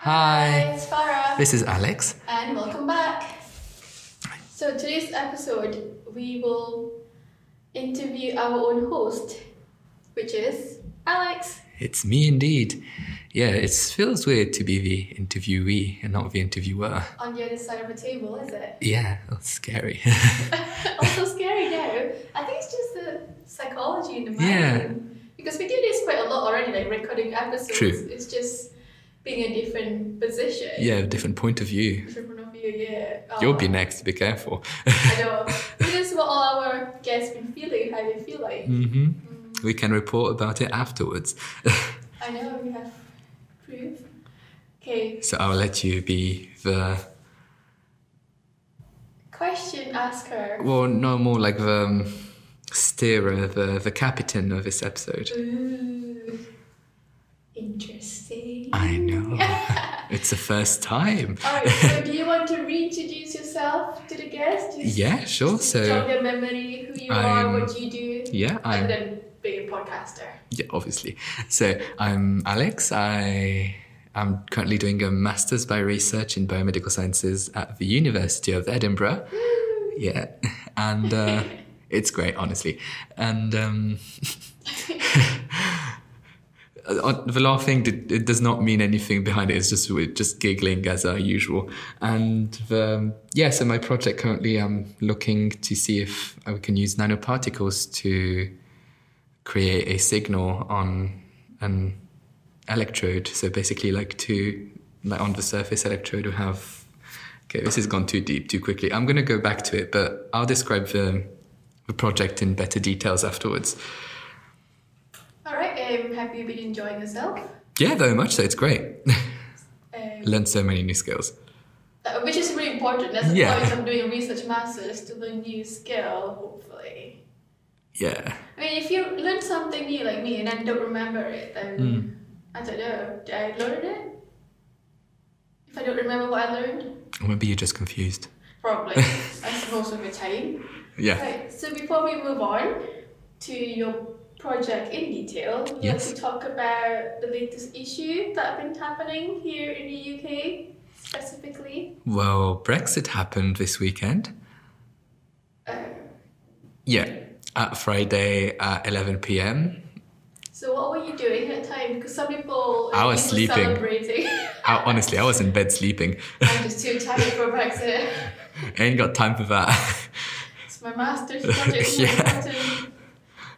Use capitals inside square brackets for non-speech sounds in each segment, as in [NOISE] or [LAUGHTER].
Hi, it's Farah, this is Alex. and welcome back. So, today's episode, we will interview our own host, which is Alex. It's me indeed. Yeah, it feels weird to be the interviewee and not the interviewer. On the other side of the table, is it? [LAUGHS] Yeah, that's scary. [LAUGHS] also scary now. I think it's just the psychology in the mind. Yeah. Because we do this quite a lot already, like recording episodes. True. It's just being a different position. yeah, a different point of view. Different point of view, yeah. Oh, You'll be next, be careful. [LAUGHS] I know. this is what all our guests been feeling, how they feel like. hmm We can report about it afterwards. [LAUGHS] I know we have proof. Okay, so I'll let you be the, question asker. well, no more like the um, steerer, the, the captain of this episode. Ooh, interesting. I know. [LAUGHS] it's the first time. Alright, so do you want to reintroduce yourself to the guest? Just- Yeah, sure. just jog So, their memory, who you are, I'm- what you do, yeah, I'm. and then being a podcaster. Yeah, obviously. So I'm Alex. I am currently doing a master's by research in biomedical sciences at the University of Edinburgh. Yeah, [LAUGHS] and uh, it's great, honestly. And um, [LAUGHS] uh, the laughing did, it does not mean anything behind it. It's just we're just giggling as our usual. And um, yeah, so my project currently, I'm looking to see if we can use nanoparticles to create a signal on an electrode. So basically, like two, like on the surface electrode, we have. Okay, this has gone too deep too quickly. I'm going to go back to it, but I'll describe the the project in better details afterwards. Alright, um, have you been enjoying yourself? Yeah, very much so. It's great. [LAUGHS] Um, Learned so many new skills. uh, which is really important. That's the Yeah. point of doing a research master's to learn new skill, hopefully. Yeah, I mean, if you learn something new like me and then don't remember it, then Mm. I don't know. Did I learn it? If I don't remember what I learned, or maybe you're just confused. probably. [LAUGHS] I suppose over time. Yeah. Right. So before we move on to your project in detail, we'd Yes. like to talk about the latest issue that have been happening here in the UK specifically. Well, Brexit happened this weekend. Uh, Yeah, at Friday at 11 p.m. so what were you doing at the time? Because some people I uh, was used to sleeping. Celebrating. [LAUGHS] I, honestly, I was in bed sleeping. [LAUGHS] I'm just too tired for Brexit. Ain't got time for that. [LAUGHS] It's my master's project. Yeah. yeah.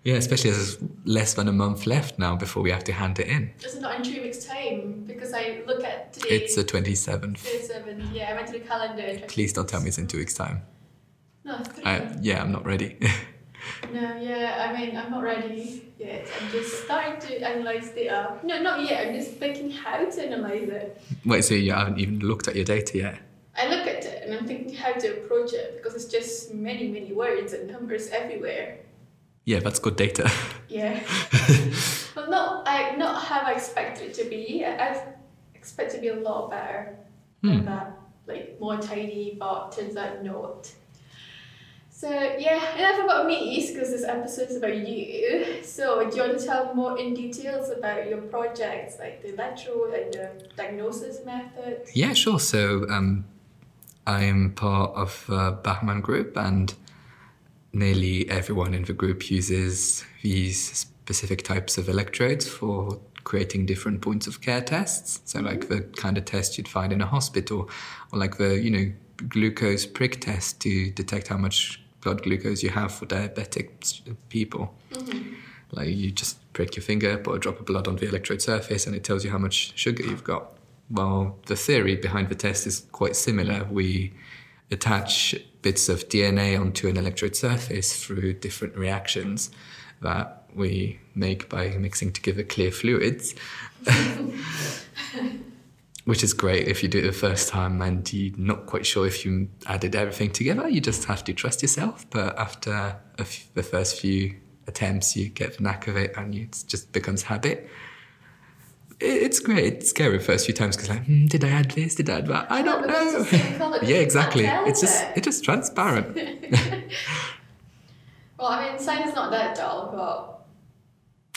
Yeah, especially as there's less than a month left now before we have to hand it in. It's not in two weeks' time because I look at today. It's the 27th. 27th. Yeah, I went to the calendar. and checked- Please don't tell me it's in two weeks' time. No, three. I, yeah, I'm not ready. [LAUGHS] no, yeah, I mean, I'm not ready yet. I'm just starting to analyze data. No, not yet. I'm just thinking how to analyze it. Wait, so you haven't even looked at your data yet? I look at it and I'm thinking how to approach it because it's just many, many words and numbers everywhere. Yeah, that's good data. Yeah. well, not I not how I expect it to be. I I expect it to be a lot better than Hmm. that, like more tidy. But turns out not. So yeah, enough about me because this episode is about you. So do you want to tell more in details about your projects, like the electro and the diagnosis method? Yeah, sure. So um, I'm part of the Bachman group, and nearly everyone in the group uses these specific types of electrodes for creating different points of care tests. So, like the kind of test you'd find in a hospital, or like the you know glucose prick test to detect how much blood glucose you have for diabetic s- people. Like you just prick your finger, put a drop of blood on the electrode surface, and it tells you how much sugar you've got. Well, the theory behind the test is quite similar. We attach bits of DNA onto an electrode surface through different reactions that we make by mixing together clear fluids, which is great if you do it the first time and you're not quite sure if you added everything together. You just have to trust yourself. But after a f- the first few attempts, you get the knack of it and you, it just becomes habit. It- It's great. It's scary the first few times because like, hmm, did I add this? Did I add that? I don't Because know. It's the same colour, [LAUGHS] Yeah, you can't exactly. tell, It's is just it? it's just transparent. [LAUGHS] Well, I mean, science is not that dull, but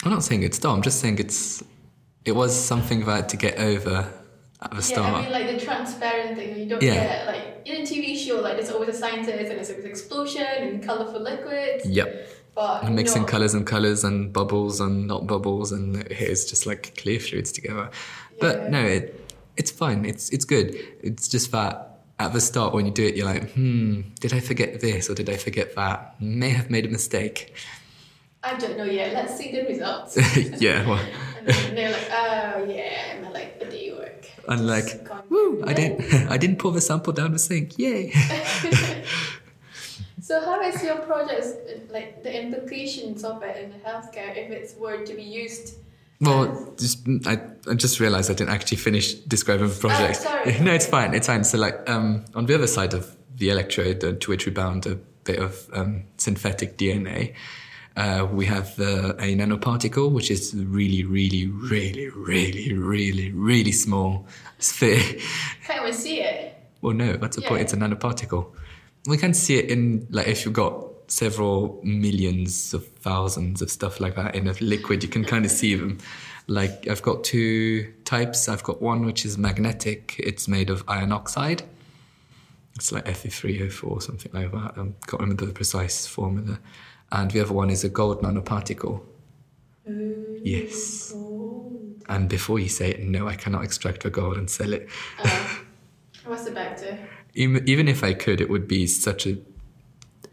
I'm not saying it's dull. I'm just saying it's it was something that I had to get over at the Yeah, I start. mean, like the transparent thing. You don't Yeah. get like in a TV show, like there's always a scientist and it's always explosion and colorful liquids. Yep, But Mm. and mixing no. colors and colors and bubbles and not bubbles, and it's just like clear fluids together. Yeah. But no, it it's fine. It's it's good. It's just that at the start when you do it, you're like, hmm, did I forget this or did I forget that? May have made a mistake. [LAUGHS] I don't know yet. Let's see the results. yeah, well, and then they're like, oh yeah, my like video work. And like, Just gone. woo, I didn't [LAUGHS] I didn't pour the sample down the sink. Yay! [LAUGHS] [LAUGHS] So how is your project like the implications of it in the healthcare if it's were to be used? Well, just I, I just realised I didn't actually finish describing the project. sorry. [LAUGHS] no, it's fine. It's fine. So, like, um, on the other side of the electrode uh, to which we bound a bit of um, synthetic DNA, uh, we have uh, a nanoparticle, which is really, really, really, really, really, really small sphere. Can't even see it. Well, no, that's the point. Yeah. It's a nanoparticle. We can see it in like if you've got several millions of thousands of stuff like that in a liquid, you can kind of see them. Like I've got two types. I've got one which is magnetic. It's made of iron oxide. It's like Fe3O4 or something like that. I can't remember the precise formula. And the other one is a gold nanoparticle. Yes. Gold. And before you say it, no, I cannot extract the gold and sell it. Oh, what's it back to? even, even if I could, it would be such a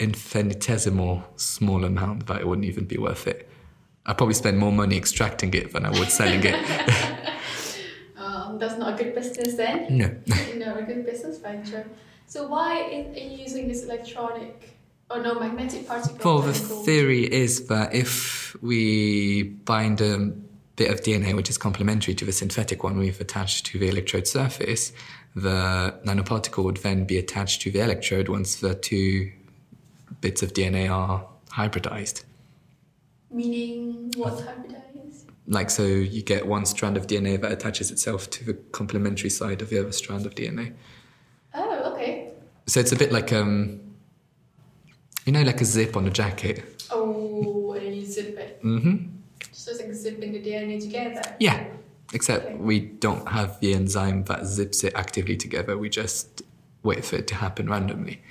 infinitesimal small amount that it wouldn't even be worth it. I'd probably spend more money extracting it than I would selling it. Um, that's not a good business then. No. not a good business venture. So why is, are you using this electronic or no magnetic particle? Well, the gold? theory is that if we bind a bit of DNA which is complementary to the synthetic one we've attached to the electrode surface, the nanoparticle would then be attached to the electrode once the two bits of DNA are hybridized. Meaning what hybridized? like so you get one strand of DNA that attaches itself to the complementary side of the other strand of DNA. Oh, okay. So it's a bit like um you know like a zip on a jacket. Oh, and then you zip it. Mhm. So it's like zipping the DNA together. Yeah. Except Okay. we don't have the enzyme that zips it actively together. We just wait for it to happen randomly.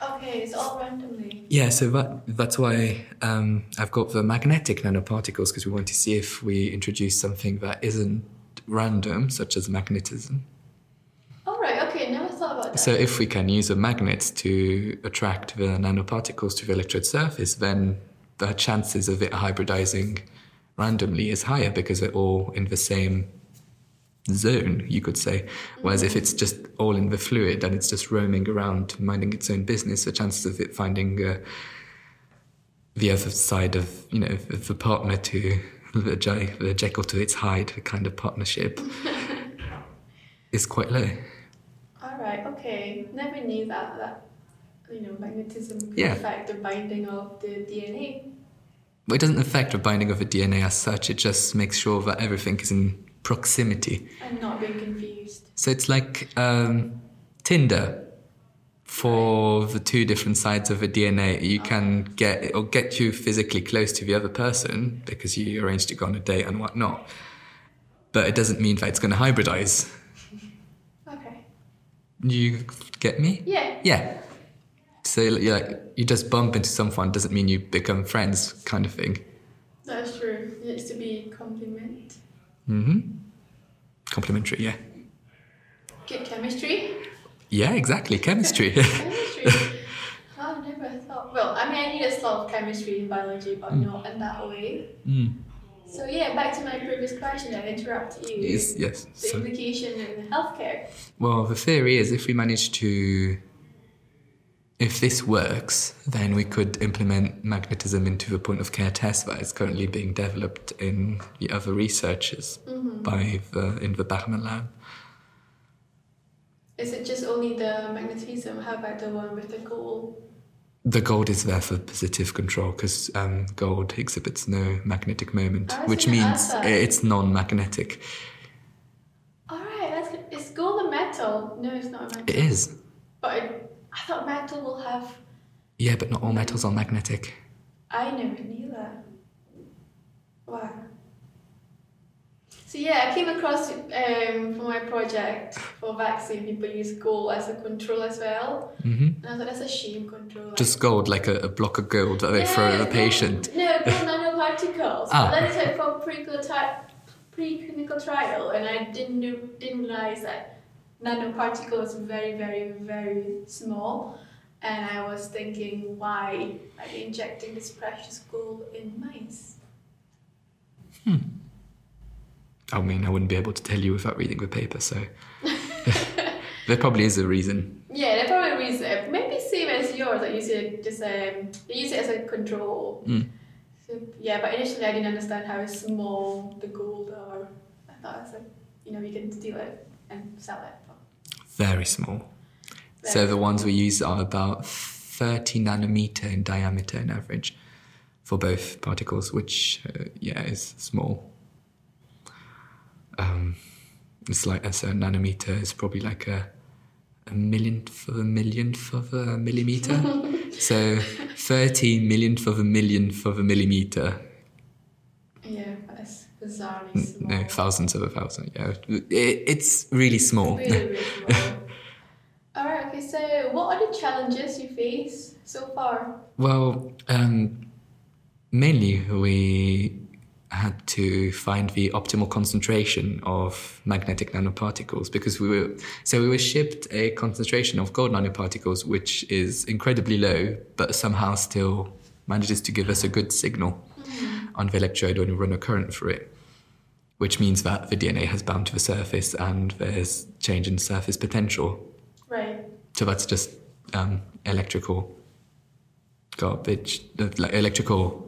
Okay, it's all randomly. Yeah, so that that's why um, I've got the magnetic nanoparticles because we want to see if we introduce something that isn't random, such as magnetism. All right. Okay, never thought about that. So if we can use a magnet to attract the nanoparticles to the electrode surface, then the chances of it hybridizing randomly is higher because they're all in the same zone, you could say. Whereas if it's just all in the fluid and it's just roaming around minding its own business, the chances of it finding uh, the other side of, you know, the the partner to the, Je- the Jekyll to its Hyde kind of partnership is quite low. all right. Okay, never knew that. That you know, magnetism could Yeah. affect the binding of the DNA. Well, it doesn't affect the binding of the DNA as such. It just makes sure that everything is in proximity. and not being confused. So it's like um, Tinder for the two different sides of the DNA. You can get it'll get you physically close to the other person because you arranged to go on a date and whatnot. But it doesn't mean that it's going to hybridize. Okay. You get me? Yeah. Yeah. So you're like you just bump into someone doesn't mean you become friends, kind of thing. That's true. It needs to be compliment. hmm Complimentary, yeah. Good chemistry. Yeah, exactly. [LAUGHS] Chemistry. chemistry. I never thought. Well, I mean, I knew there's a lot of chemistry in biology, but not in that way. Mm. So yeah, back to my previous question. I interrupted you. Yes, yes. The So, implication in healthcare. well, the theory is if we manage to, if this works, then we could implement magnetism into the point of care test that is currently being developed in the other researchers Mm-hmm. by the, in the Bachman lab. Is it just only the magnetism? How about the one with the gold? The gold is there for positive control because um, gold exhibits no magnetic moment, Oh, I was which gonna means ask that. it's non-magnetic. All right, that's good. Is gold a metal? No, it's not a metal. It is, But it, I thought metal will have. yeah, but not all metals are magnetic. I never knew that. Wow. So yeah, I came across um, for my project for vaccine. People use gold as a control as well, hmm and I thought that's a shame control. Just gold, like a, a block of gold that they throw at the no, patient. No, gold nanoparticles. Ah. But That's it from preclinical tri- preclinical trial, and I didn't do- didn't realize that nanoparticle is very very very small. And I was thinking, why are they injecting this precious gold in mice? I mean, I wouldn't be able to tell you without reading the paper, so [LAUGHS] there probably is a reason. Yeah, they probably use it. Maybe same as yours. Like use it just um, they use it as a control. Mm. So, yeah, but initially I didn't understand how small the gold are. I thought it's like you know you can steal it and sell it. But Very small. So very the ones we use are about 30 nanometer in diameter on average for both particles, which, uh, yeah, is small. Um, it's like uh, so a nanometer is probably like a, a millionth of a millionth of a millimeter. so 30 millionth of a millionth of a millimeter. yeah, that's bizarrely N- small. No, thousands of a thousand. Yeah, it, it's really small. Really, really small. [LAUGHS] All right. Okay. So, what are the challenges you face so far? Well, um, mainly we had to find the optimal concentration of magnetic nanoparticles because we were so we were shipped a concentration of gold nanoparticles which is incredibly low but somehow still manages to give us a good signal on the electrode when we run a current through it which means that the DNA has bound to the surface and there's change in surface potential Right. so that's just um, electrical garbage, uh, like electrical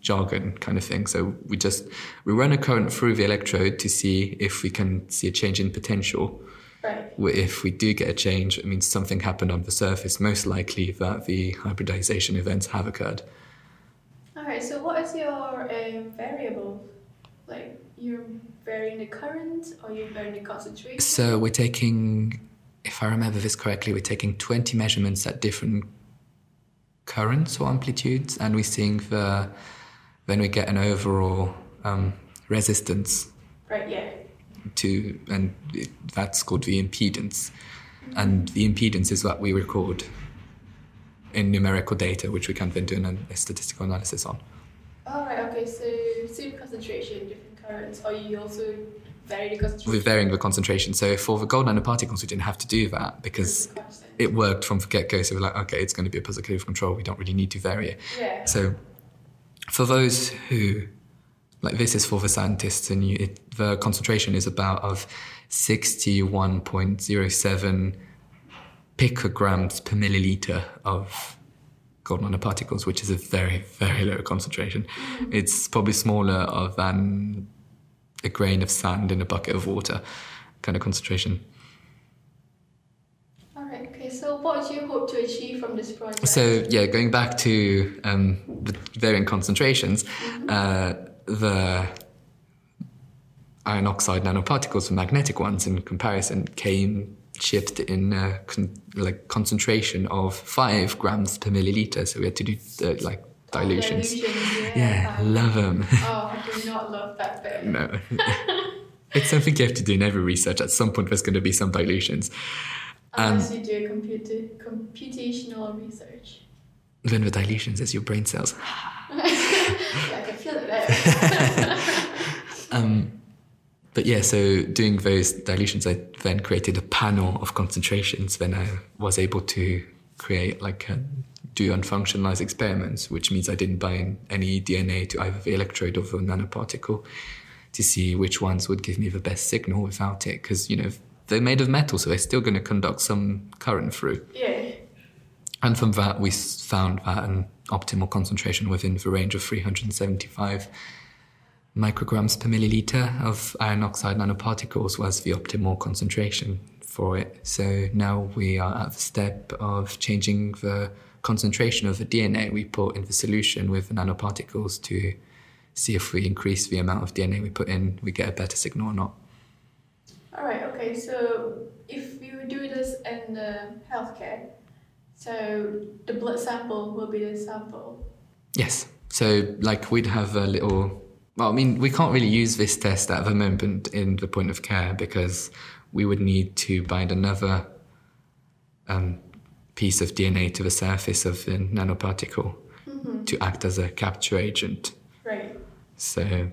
jargon kind of thing. So we just we run a current through the electrode to see if we can see a change in potential. Right. Wh- If we do get a change, it means something happened on the surface. Most likely that the hybridization events have occurred. All right. So, what is your um, variable? Like, you're varying the current, or you're varying the concentration? So we're taking, if I remember this correctly, we're taking 20 measurements at different currents or amplitudes, and we're seeing the, then we get an overall um, resistance Right, yeah. to, and it, that's called the impedance. And the impedance is what we record in numerical data, which we can then do an, a statistical analysis on. All right. Okay. So same concentration, different currents, or you also vary the concentration. We're varying the concentration. So for the gold nanoparticles, we didn't have to do that because of the constant. it worked from the get go. So we're like, okay, it's going to be a positive control. We don't really need to vary it. Yeah. So for those who, like this is for the scientists, and you, it, the concentration is about of 61.07 picograms per milliliter of gold nanoparticles, which is a very, very low concentration. It's probably smaller of- than a grain of sand in a bucket of water kind of concentration. All right. Okay. So what do you hope to achieve from this project? So yeah, going back to um, the varying concentrations, uh, the iron oxide nanoparticles, the magnetic ones, in comparison, came shipped in a con- like concentration of five grams per milliliter. So we had to do uh, like dilutions. Dilutions, Yeah, love 'em. Um, [LAUGHS] Oh, I do not love that bit. no. It's something you have to do in every research. At some point, there's going to be some dilutions. Unless you do computer computational research. Then the dilutions is your brain cells. Yeah, I can feel it there. [LAUGHS] Um, but yeah, so doing those dilutions, I then created a panel of concentrations. Then I was able to create like a, do unfunctionalized experiments, which means I didn't bind any DNA to either the electrode or the nanoparticle to see which ones would give me the best signal without it. Because you know they're made of metal, so they're still going to conduct some current through. yeah. And from that, we s- found that an optimal concentration within the range of 375 micrograms per milliliter of iron oxide nanoparticles was the optimal concentration for it. So now we are at the step of changing the concentration of the DNA we put in the solution with the nanoparticles to see if we increase the amount of DNA we put in, we get a better signal or not. All right. Okay. So if you do this in uh, healthcare, so the blood sample will be the sample. Yes. So, like, we'd have a little. Well, I mean, we can't really use this test at the moment in the point of care because we would need to bind another um, piece of DNA to the surface of the nanoparticle to act as a capture agent. Right. So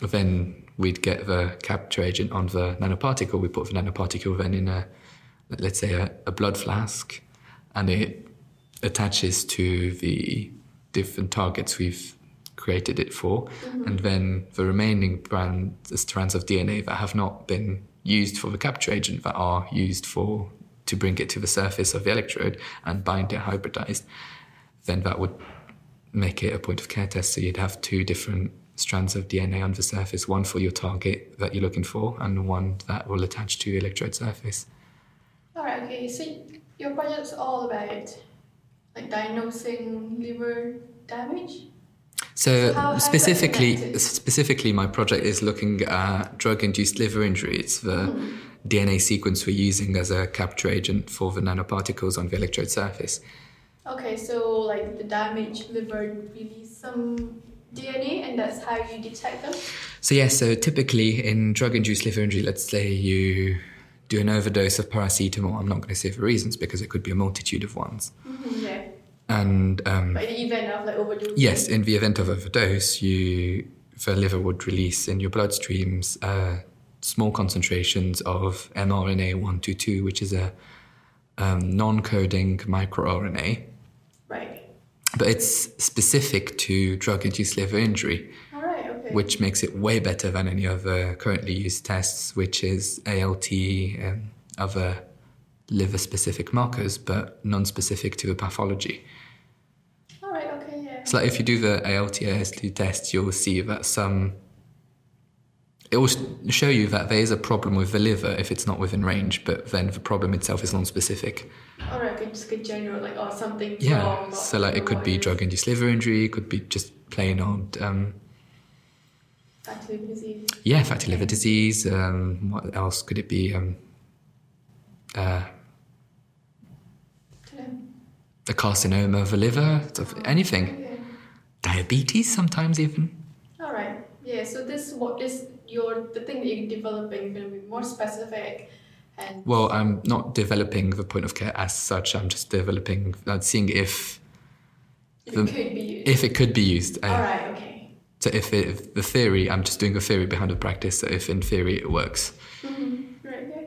then we'd get the capture agent on the nanoparticle. We put the nanoparticle then in a, let's say, a, a blood flask, and it attaches to the different targets we've created it for, and then the remaining brand, the strands of DNA that have not been used for the capture agent that are used for to bring it to the surface of the electrode and bind it hybridized, then that would make it a point of care test. So you'd have two different strands of DNA on the surface, one for your target that you're looking for, and one that will attach to the electrode surface. All right. Okay. So your project's all about like diagnosing liver damage. So, So how- how's that specifically, connected? specifically, my project is looking at drug-induced liver injury. It's the Hmm. DNA sequence we're using as a capture agent for the nanoparticles on the electrode surface. Okay. So like the damaged liver release some DNA, and that's how you detect them. So yeah, so typically in drug-induced liver injury, let's say you do an overdose of paracetamol. I'm not going to say for reasons because it could be a multitude of ones. Mhm, yeah. And um, But in the event of like overdose. yes, in the event of overdose, you the liver would release in your bloodstreams uh, small concentrations of mRNA one two two, which is a um, non-coding microRNA, Right. but it's specific to drug-induced liver injury. All right. Okay. which makes it way better than any other currently used tests, which is ALT and other liver specific markers, but non specific to the pathology. All right. Okay. Yeah. So, like if you do the ALT AST test, you'll see that some. It will sh- show you that there is a problem with the liver if it's not within range, but then the problem itself is non specific. All right. Okay. Just get general like or something. Yeah. wrong, but So, like it could be otherwise- drug induced liver injury, it could be just plain old um, Fatty liver disease. Yeah, fatty liver disease. Um, what else could it be? Um, uh, Dunno. a carcinoma of the liver, sort of anything. Okay. Diabetes, sometimes even. All right. Yeah. So this what is your the thing that you're developing going to be more specific, and Well, I'm not developing the point of care as such. I'm just developing, uh, seeing if it the- could be used. if it could be used. Uh, All right. Okay. So if, it, if the theory, I'm just doing a theory behind the practice. So if in theory it works, Mhm. Right. Okay.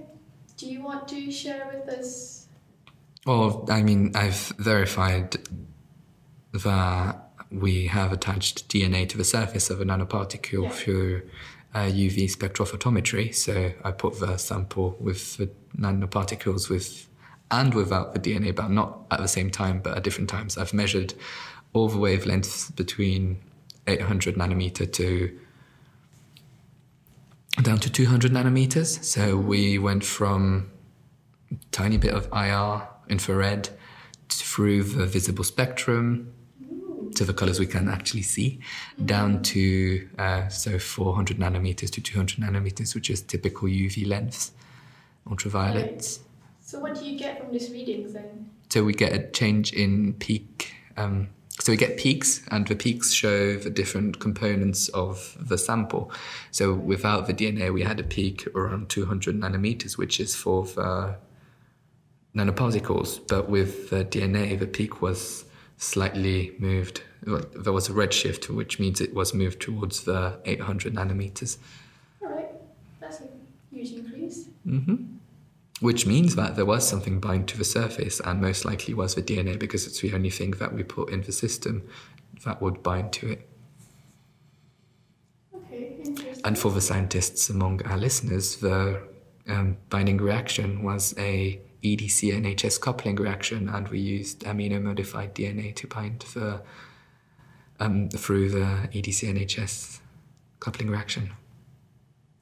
Do you want to share with us? Well, I mean, I've verified that we have attached DNA to the surface of a nanoparticle Yeah. through uh, UV spectrophotometry. So I put the sample with the nanoparticles with and without the DNA, but not at the same time, but at different times. I've measured all the wavelengths between 800 nanometer to down to 200 nanometers. So we went from tiny bit of IR, infrared, through the visible spectrum to the colors we can actually see, down to uh, so 400 nanometers to 200 nanometers, which is typical UV lengths, ultraviolets. So what do you get from these readings then? So we get a change in peak. Um, so we get peaks, and the peaks show the different components of the sample. So without the DNA, we had a peak around 200 nanometers, which is for the nanoparticles. But with the DNA, the peak was slightly moved. Well, There was a redshift, which means it was moved towards the 800 nanometers. All right. That's a huge increase. Which means that there was something bound to the surface, and most likely was the DNA because it's the only thing that we put in the system that would bind to it. Okay. Interesting. And for the scientists among our listeners, the um, binding reaction was a E EDC NHS coupling reaction, and we used amino modified DNA to bind the, um, through the EDC NHS coupling reaction.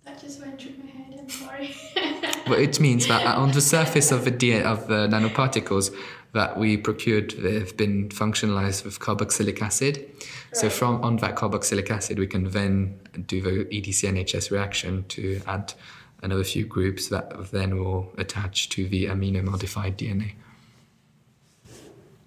that just went through my head. I'm sorry. [LAUGHS] Well, it means that on the surface of the DNA, of the nanoparticles that we procured, they've been functionalized with carboxylic acid. So Right. from on that carboxylic acid, we can then do the E EDC NHS reaction to add another few groups that then will attach to the amino modified DNA.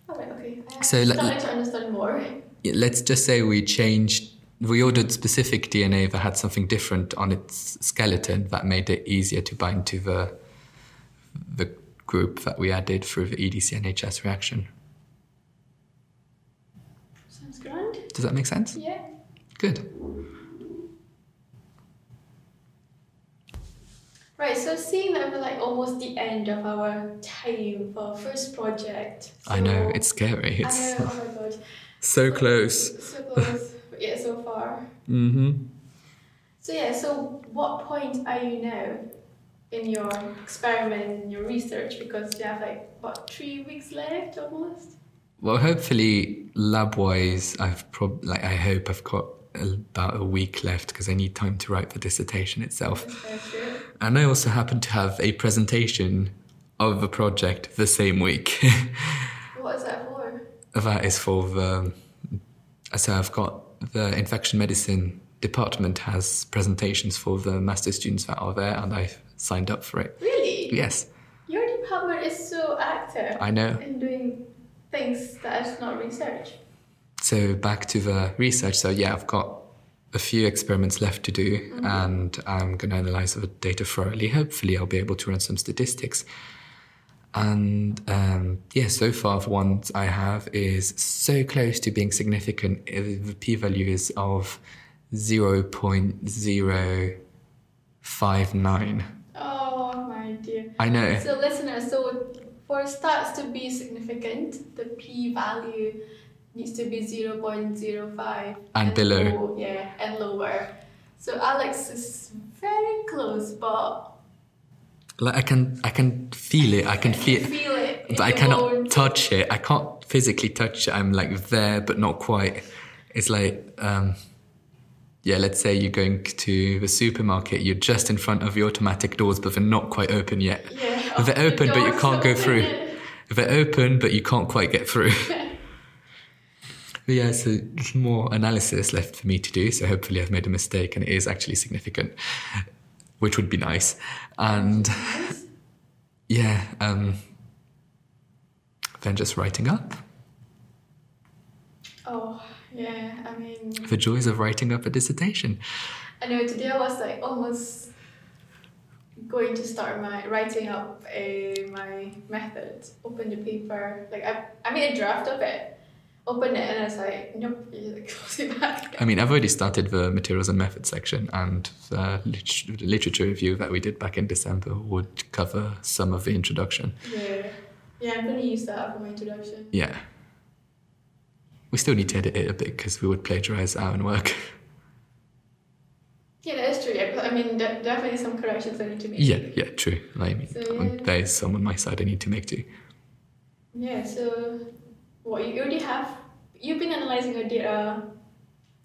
All right. Okay. I So let- started to understand more. Yeah, Let's just say we changed we ordered specific DNA that had something different on its skeleton that made it easier to bind to the the group that we added through the E EDC NHS reaction. Sounds grand. Does that make sense? Yeah. Good. Right, so seeing that we're like almost the end of our time for our first project. I know so- it's scary. It's I know, oh my god. [LAUGHS] so close. So close, but yeah, so far. Mm-hmm. So yeah, so what point are you now in your experiment, in your research? Because you have like what three weeks left [LAUGHS] almost. Well, hopefully, lab-wise, I've prob- like I hope I've got about a week left because I need time to write the dissertation itself. Okay. And I also happen to have a presentation of the project the same week. [LAUGHS] What is that for? that is for the. uh, So I've got the infection medicine department has presentations for the master students that are there, and I've signed up for it. Really? Yes, Your department is so active I know. in doing things that is not research. So back to the research. So yeah, I've got a few experiments left to do, and I'm going to analyze the data thoroughly. Hopefully, I'll be able to run some statistics. And um, yeah, so far the ones I have is so close to being significant. Uh, The p-value is of zero point zero five nine. Oh my dear. I know. So listeners, so for stats to be significant, the p value needs to be zero point zero five And below. yeah, and lower. So Alex is very close, but Like I can, I can feel it. I can feel. feel it. in but I your cannot bones. touch it. I can't physically touch it. I'm like there, but not quite. It's like, um, yeah, let's say you're going to the supermarket, you're just in front of the automatic doors, but they're not quite open yet. Yeah, They're oh, the open, but you door's can't go open. through. They're open, but you can't quite get through. [LAUGHS] But yeah, so there's more analysis left for me to do. So hopefully, I've made a mistake and it is actually significant, which would be nice. And yeah, um, then just writing up. Oh yeah, I mean, the joys of writing up a dissertation. I know today I was like almost going to start my writing up a, my method, open the paper, like I, I made a draft of it, opened it and I was like, nope, you like [LAUGHS] close it back. I mean, I've already started the materials and methods section, and the lit- literature review that we did back in December would cover some of the introduction. Yeah, yeah, I'm gonna use that for my introduction. Yeah. We still need to edit it a bit because we would plagiarize our own work. [LAUGHS] Yeah, that is true. Yeah, but I mean, de- definitely some corrections I need to make. yeah, yeah, true. Like, I mean, So, um, yeah. there's some on my side I need to make too. Yeah. So, what you already have, you've been analyzing your data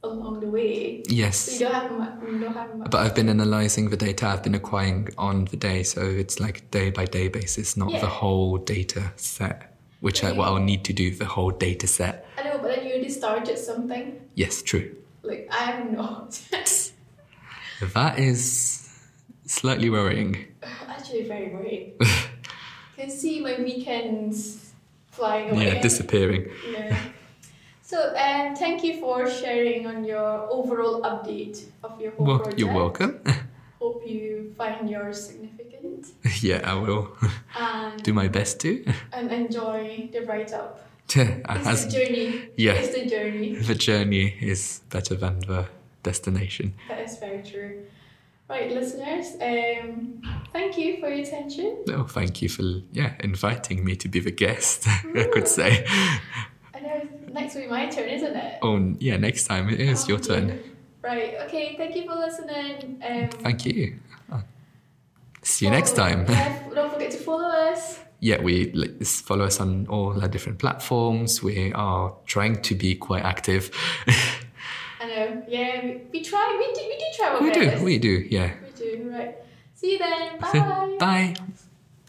along the way. So you Yes. don't have mu- you don't have much. But I've been analysing the data I've been acquiring on the day, so it's like day by day basis, not Yeah. the whole data set, which I, Yeah. what I'll need to do the whole data set. I know, but then you already started something. Yes, true. Like I'm not. [LAUGHS] That is slightly worrying. Actually, very worried. [LAUGHS] Can see my weekends flying away. Yeah, disappearing. Yeah. So, um, thank you for sharing on your overall update of your whole Well, project. you're welcome. [LAUGHS] Hope you find yours significant yeah, I will [LAUGHS] and do my best to. [LAUGHS] and enjoy the write up. It's the As journey. yeah, It's the journey. the journey is better than the destination. That is very true. Right, listeners. Um, thank you for your attention. No, thank you for yeah inviting me to be the guest. [LAUGHS] I could Mm. say. I know next week my turn, isn't it? Oh yeah, next time it is Oh, your turn. Right. Okay. Thank you for listening. Um, Thank you. Ah. See you next time. follow- [LAUGHS] yeah, don't forget to follow us. yeah, we like, s- follow us on all our different platforms. We are trying to be quite active. [LAUGHS] I know. Yeah. We, we try. We do. We do try. our we do, best. we do, yeah. [LAUGHS] We do. Right. See you then. Bye. Bye.